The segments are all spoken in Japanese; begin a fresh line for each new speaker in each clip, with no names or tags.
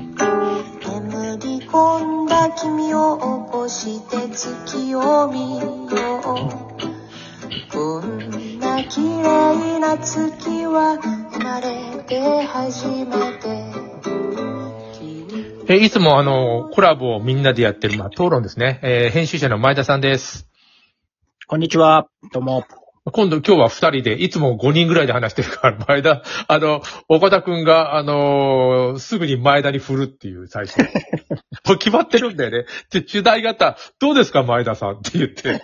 眠り込んだ君を起こして月を見ようこんな綺麗な月は生まれて初めて
えーいつもあの、コラボをみんなでやってる、まあ、討論ですね。えー編集者の前田さんです。
こんにちは。どうも。
今度、今日は二人で、いつも五人ぐらいで話してるから、 前田、あの、岡田くんが、あのーすぐに前田に振るっていう最初。も う決まってるんだよね。で、主題型、どうですか前田さんって言って。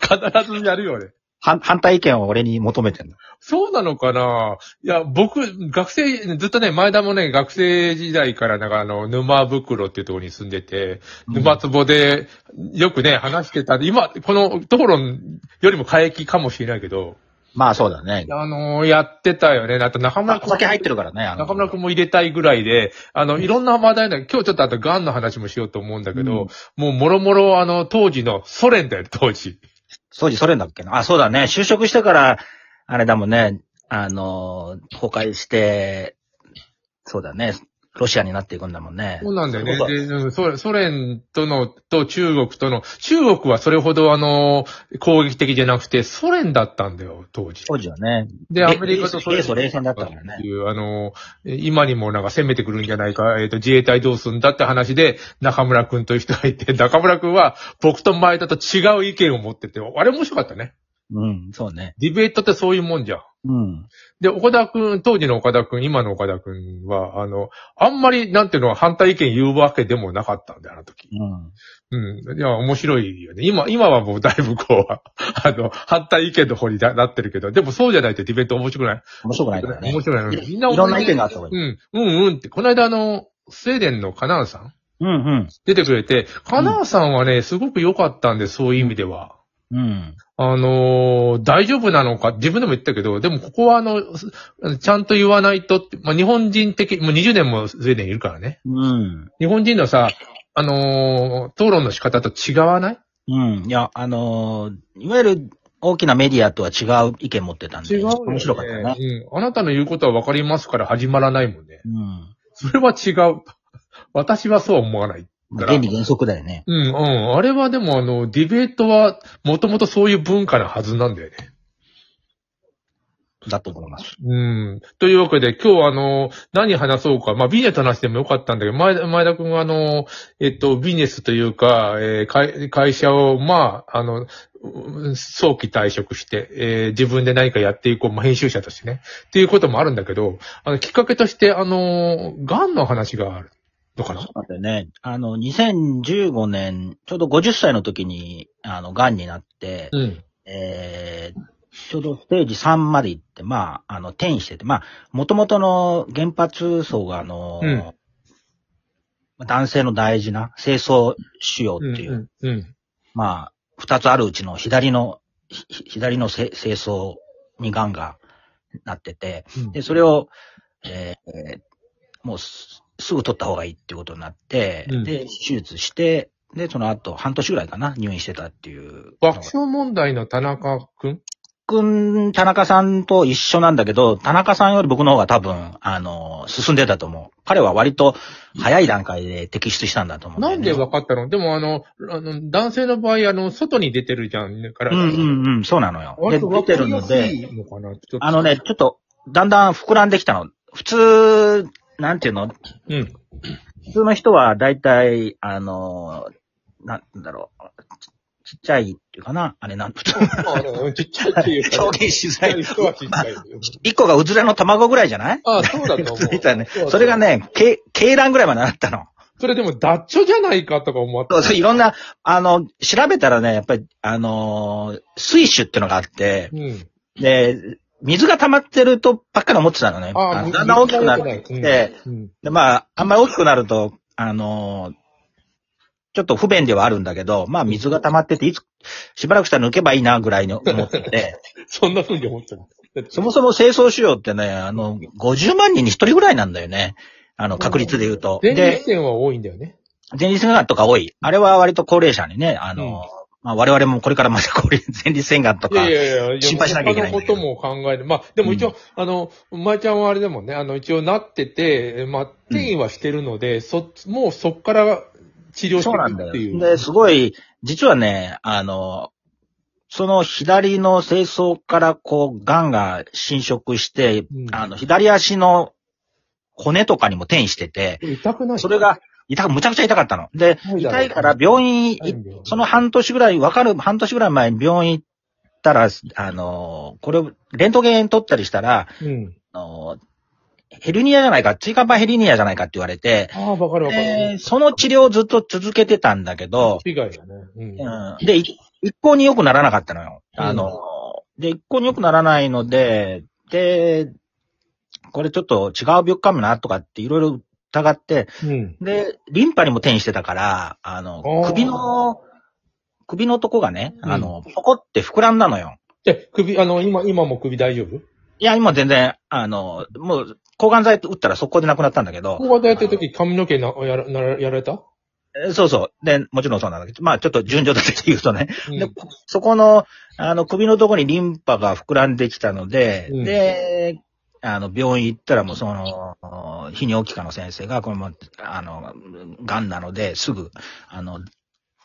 必ずやるよね。
反、反対意見を俺に求めてんの。
そうなのかないや、僕、学生、ずっとね、前田もね、学生時代から、なんかあの、沼袋っていうところに住んでて、沼壺で、よくね、話してた。今、この討論よりも過激かもしれないけど、
まあそうだね。
あのやってたよね。あと中村
あお
君
酒入ってるからね。あの
中村くんも入れたいぐらいで、あの、いろんな話題だ今日ちょっとあとガンの話もしようと思うんだけど、もうもろもろあの、当時のソ連だよ、当時。
当時ソ連だっけな。あ、そうだね。就職してから、あれだもんね。あの、崩壊して、そうだね。ロシアになっていくんだもんね。
そうなんだよね。
そう
でうんソソ連との、と中国との、中国はそれほどあの、攻撃的じゃなくて、ソ連だったんだよ、当時。
当時はね。
で、アメリカと
ソ連。米ソ冷戦だったから
って
ね。
いう、あの、え今にもなんか攻めてくるんじゃないか、えっ、と、自衛隊どうすんだって話で、中村くんという人がいて、中村くんは僕と前田と違う意見を持ってて、あれ面白かったね。
うん、そうね。
ディベートってそういうもんじゃん。
うん。
で、岡田くん、当時の岡田くん、今の岡田くんは、あの、あんまり、なんていうのは反対意見言うわけでもなかったんだよ、あの時。
うん。
うん。いや、面白いよね。今、今はもうだいぶこう、 あの、反対意見の方にななってるけど、でもそうじゃないとディベート面白くない
面白くないからね
面。白くない。みんない
ろんな意見があった方がいい。
うん、うんうんって、この間あの、スウェーデンのカナンさん
うん、
出てくれて、カナンさんはね、すごく良かったんで、そういう意味では。
うん。うん。
あのー大丈夫なのか、自分でも言ったけど、でもここはあの、すちゃんと言わないとって、まあ、日本人的、もう20年もスウェーデンいるからね。
うん。
日本人のさ、あのー討論の仕方と違わない
うん。いや、あのーいわゆる大きなメディアとは違う意見持ってたんで、
よね
面白かったね。
うん。あなたの言うことはわかりますから始まらないもんね。
うん。
それは違う。 私はそうは思わない。
まあ原理原則だよね。
うん、うん。あれはでもあの、ディベートは、もともとそういう文化なはずなんだよね。
だと思います。
うん。というわけで、今日あの、何話そうか。まあ、ビジネス話してもよかったんだけど、前前田君はあの、えっと、ビジネスというか、えー会会社を、まあ、あの、うん早期退職して、えー自分で何かやっていこう、まあ、編集者としてね。っていうこともあるんだけど、あの、きっかけとして、あの、癌の話があるのかな
そうだよね。あの、2015年、ちょうど50歳の時に、あの、癌になって、
うん。
えー、ちょうどステージ3まで行って、まあ、あの、転移してて、まあ、元々の原発層が、あの、
うん
男性の大事な清掃腫瘍
うん
っていう、
うん。うん。
まあ、二つあるうちの左の、ひひ左のせ清掃に癌がなってて、
うん
で、それを、えーえーもうすすぐ取った方がいいっていうことになって、
うん
で、手術して、で、その後、半年ぐらいかな、入院してたっていう。
爆笑問題の田中君
僕ん、田中さんと一緒なんだけど、田中さんより僕の方が多分、あの、進んでたと思う。彼は割と早い段階で摘出したんだと思うんだ
な
よ
ん
ね、
で分かったのでもあの、あの、男性の場合、あの、外に出てるじゃん、だから。
うんうんうん、そうなのよ。で、
割と
出
分
て
か
る
りや
の
す
で、
いのかなちょっと
あのね、ちょっと、だんだん膨らんできたの。普通、なんていうの
うん。
普通の人は大体、あの、ななんだろう、ちちっちゃいっていうかなあれなん、普通
あの、ちっちゃいっていうか、
表現しづらい。
人はちっちゃい。
一個がうずらの卵ぐらいじゃない
ああ、そうだと思
ついたね
う。。
それが。ね、け鶏卵ぐらいまでなったの。
それでも、ダッチョじゃないかとか思った。
そうそう、いろんな、あの、調べたらね、やっぱり、あの、水種ってのがあって、
うん。
で、水が溜まってるとばっかり思ってたのね。
ああも
あの
う
だんだん大きくなって
う
き
ん
て、
うん。
で、まあ、あんまり大きくなると、あのーちょっと不便ではあるんだけど、まあ水が溜まってて、いつ、しばらくしたら抜けばいいな、ぐらいに思って て、
そんな風に思ってる。
そもそも清掃腫瘍ってね、あの、50万人に1人ぐらいなんだよね。あの、確率で言うと。
前立
で、
腺は多いんだよね。
前立腺がんとか多い。あれは割と高齢者にね、あのーまあ我々もこれからまたこれ、前立腺がんと
い
か
やい、やいやいや、
心配しなきゃいけないんだ
他
けど
のことも考えて、まあ、でも一応、あの、舞ちゃんはあれでもんね、あの、一応なってて、まあ、転移はしてるので、そっち、もうそっから治療して
そうなん
いく
だ
っ
よ。
ていう。
で、すごい、実はね、あの、その左の清掃からこう、癌が侵食して、
うん
あの、左足の骨とかにも転移してて、
痛くない
それが、痛、むちゃくちゃ痛かったの。で、
痛いだろう
痛いから病院行っその半年ぐらい、わかる、半年ぐらい前に病院行ったら、あの、これ、レントゲン取ったりしたら、
うん。
あの、ヘルニアじゃないか、椎間板ヘルニアじゃないかって言われて、
ああ、わかるわか
で
る。
その治療をずっと続けてたんだけど、
被害だね。うん。
うんで、い一向に良くならなかったのよ。あの、で、一向に良くならないので、で、これちょっと違う病気かもなとかっていろいろ疑って、
うん。
で、リンパにも転移してたから、あの
お、ー
首の、首のとこがね、あの、ポコって膨らんだのよ。
で、首、あの、今、今も首大丈夫
いや、今全然、あの、もう、抗がん剤打ったら速攻でなくなったんだけど
こ、こまでやってる時、髪の毛な、やら、ならやられた
えそうそう。で、もちろんそうなんだけど、まあちょっと順序立てて言うとね、
うん
で、こそこの、あの、首のところにリンパが膨らんできたので、
うん
で、あの、病院行ったらもうその、泌尿器科の先生が、これも、あの、癌なので、すぐ、あの、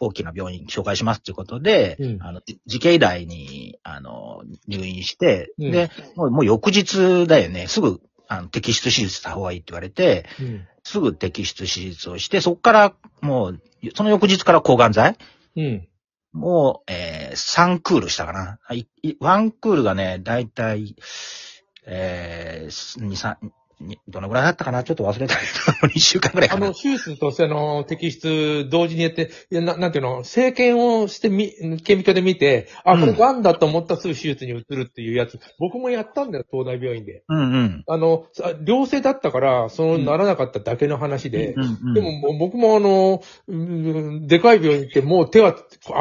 大きな病院紹介しますということで、
うん
あの、じ慈恵大に、あの、入院して、
うん
で、もうもう翌日だよね、すぐ、あの、摘出手術した方がいいって言われて、
うん。
すぐ摘出手術をして、そこから、もう、その翌日から抗がん剤
うん。
もう、えー、3クールしたかな。はいい1クールがね、だいたい、えー、2、3、にどのぐらいだったかなちょっと忘れたけど、2週 間ぐらい
あ
か
の、
な。
手術とその摘出同時にやって、いやななんていうの、生検をしてみ、顕微鏡で見て、あ、
うん
これ癌だと思ったらすぐ手術に移るっていうやつ、僕もやったんだよ、東大病院で。
うんうん。
あの、さ良性だったから、そうの、
ん
ならなかっただけの話で、
うんうん
でも、もう僕もあの、うんでかい病院行って、もう手は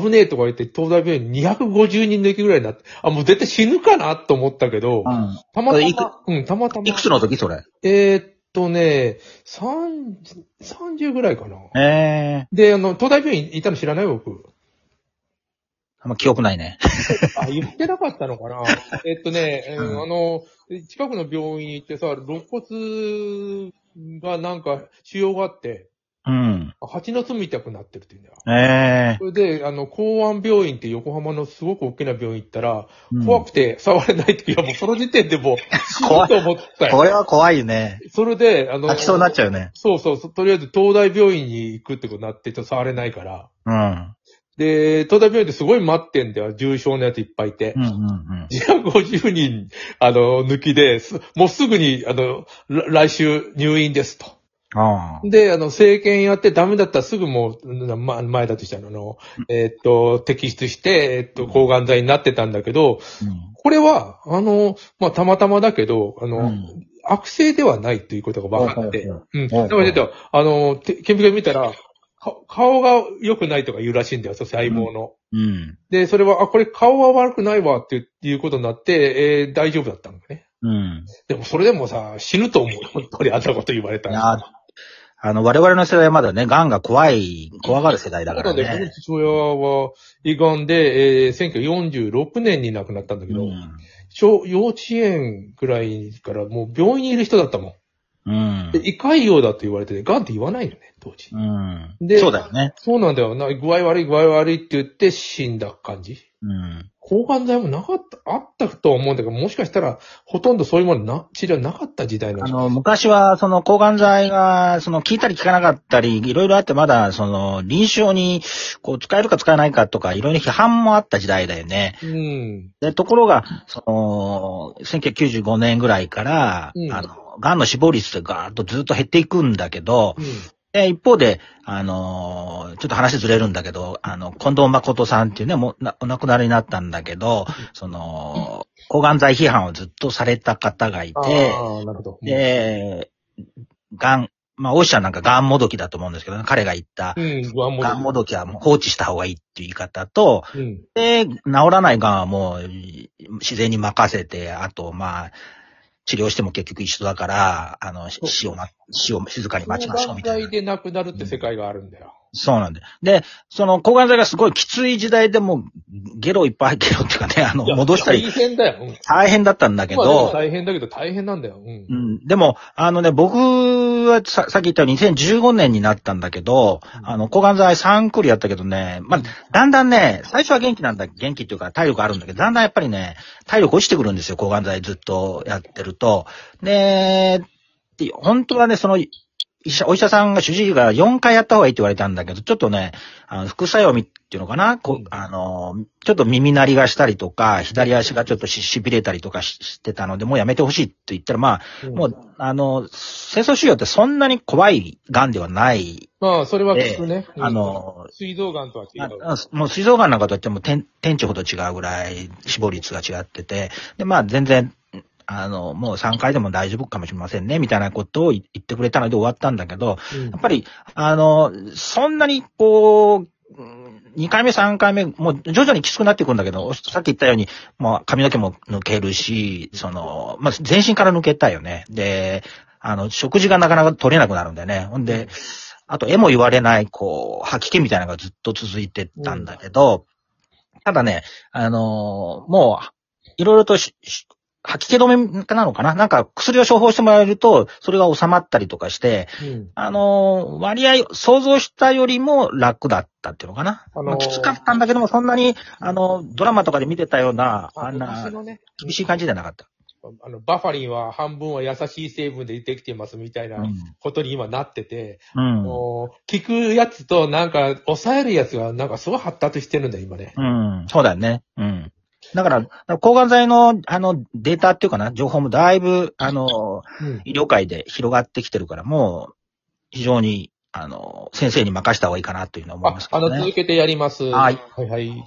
危ねえとか言って、東大病院250人抜きぐらいになって、あ、もう絶対死ぬかなと思ったけど、
うん
たま
い
た
く
ま、うん、たまたま。
いくつの時それ
えーっとね、三30ぐらいかな。
ええ
で、あの、東大病院いたの知らない僕。
あんま記憶ないね。
あ、言ってなかったのかなえっとね、うん
うん
あの、近くの病院行ってさ、肋骨がなんか腫瘍があって、
うん。
蜂の巣みたくなってるって言うんだよ。
ええ
それで、あの、港湾病院って横浜のすごく大きな病院行ったら、
うん
怖くて触れないって、いやもうその時点でもう死ぬ
怖い
と思ったよ。
これは怖いね。
それで、あの、
吐きそうになっちゃうね。
そうそうそう、とりあえず東大病院に行くってことになって、ちょっと触れないから。
うん。
で、東大病院ってすごい待ってんだよ。重症のやついっぱいいて
うん。うんうん。
250人、あの、抜きで、すもうすぐに、あの、ら来週入院ですと。
ああ。
で、あの、政権やってダメだったらすぐもう、うんま、前だとしたらあの、えーっと、摘出して、えーっと、抗がん剤になってたんだけど、
うん
これは、あの、まあ、たまたまだけど、あの、
うん
悪性ではないということが分かって、
ほう
うん。で
ほうほう
もちょっと、あの、て顕微鏡見たら、か顔が良くないとか言うらしいんだよ、そう細胞の。
うん。
で、それは、あ、これ顔は悪くないわっていうことになって、えー大丈夫だったんだね。
うん。
でもそれでもさ、死ぬと思うよ。本当にあんなこと言われた
い
ら。
や、あの、我々の世代はまだね、癌が怖い、怖がる世代だ
だ
か
からね、
ら
僕の
ね。
父親は胃がんで、えー1946年に亡くなったんだけど、
うん
小幼稚園くらいからもう病院にいる人だったも
うん
ん。で、胃潰瘍だと言われてて、癌って言わないよね、当時。
うん
で
そうだよね。
そうなんだよな。具合悪い具合悪いって言って死んだ感じ。
うん。
抗がん剤もなかった、あったとは思うんだけど、もしかしたら、ほとんどそういうものな、治療なかった時代な
あ
の。
の、昔は、その、抗がん剤が、その、効いたり効かなかったり、いろいろあって、まだ、その、臨床に、こう、使えるか使えないかとか、いろいろ批判もあった時代だよね。
うん。
で、ところが、その、1995年ぐらいから、
うん
あの、癌の死亡率ってガーッとずっと減っていくんだけど
う、ん。
で、一方で、あのーちょっと話ずれるんだけど、あの、近藤誠さんっていうね、もうなお亡くなりになったんだけど、その、抗がん剤批判をずっとされた方がい
あ
て、
あ、なるほど。
で、がん、まあ、お医者なんかがんもどきだと思うんですけどね、彼が言った
う、ん、不安も。
がんもどきはもう放置した方がいいっていう言い方と、
うん。
で、治らないがんはもう、自然に任せて、あと、まあ、治療しても結局一緒だから、あの、死をま、死を静かに待ちましょうみたい
抗
な
がん剤。で亡くなるって世界があるんだよ。
そうなんで。で、その、抗がん剤がすごいきつい時代でもう、ゲロいっぱい、ゲロっていうかね、あの、戻した
いや
り、
大変だよ。うん
大変だったんだけ
まあでも
ど、
大変だけど大変なんだよ。うん
う。ん、でも、あのね、僕はささっき言ったように2015年になったんだけど、あの、抗がん剤3クリやったけどね、まあ、だんだんね、最初は元気なんだ、元気っていうか体力あるんだけど、だんだんやっぱりね、体力落ちてくるんですよ、抗がん剤ずっとやってると。で、って本当はね、その、医者、お医者さんが、主治医が4回やった方がいいって言われたんだけど、ちょっとね、あの副作用みっていうのかな、こうあの、ちょっと耳鳴りがしたりとか、左足がちょっとし、痺れたりとかししてたので、もうやめてほしいって言ったら、まあ、もう、あの、清掃腫瘍ってそんなに怖い癌ではない。
まあ、それは聞くね。
あの
うん、水道癌とは違
あ
う。
あもう、膵臓癌なんかといっても天、天地ほど違うぐらい、死亡率が違ってて、で、まあ、全然、あの、もう3回でも大丈夫かもしれませんね、みたいなことを言ってくれたので終わったんだけど、
うん
やっぱり、あの、そんなに、こう、うん2回目、3回目、もう徐々にきつくなってくるんだけど、さっき言ったように、まあ髪の毛も抜けるし、その、まあ全身から抜けたよね。で、あの、食事がなかなか取れなくなるんだよね。ほんで、あと、絵も言われない、こう、吐き気みたいなのがずっと続いてたんだけど、ただね、あのーもう、いろいろとしし吐き気止めなのかななんか薬を処方してもらえると、それが収まったりとかして、
うん
あのー割合、想像したよりも楽だったっていうのかな、
あのー
まあきつかったんだけども、そんなに、あの、ドラマとかで見てたような、あんな
昔、のね、
厳しい感じじゃなかった。
あの、バファリンは半分は優しい成分でできてますみたいな
うん
ことに今なってて、
うん。
もう、効くやつとなんか抑えるやつがなんかすごい発達してるんだよ、今ね。
うん、そうだよね。うん。だから、だから抗がん剤の、あの、データっていうかな、情報もだいぶ、あの、
うん
医療界で広がってきてるから、もう、非常に、あの、先生に任した方がいいかなというのは思い
あ
ます、け
あの、
どね。
続けてやります。
はい。
はいはい。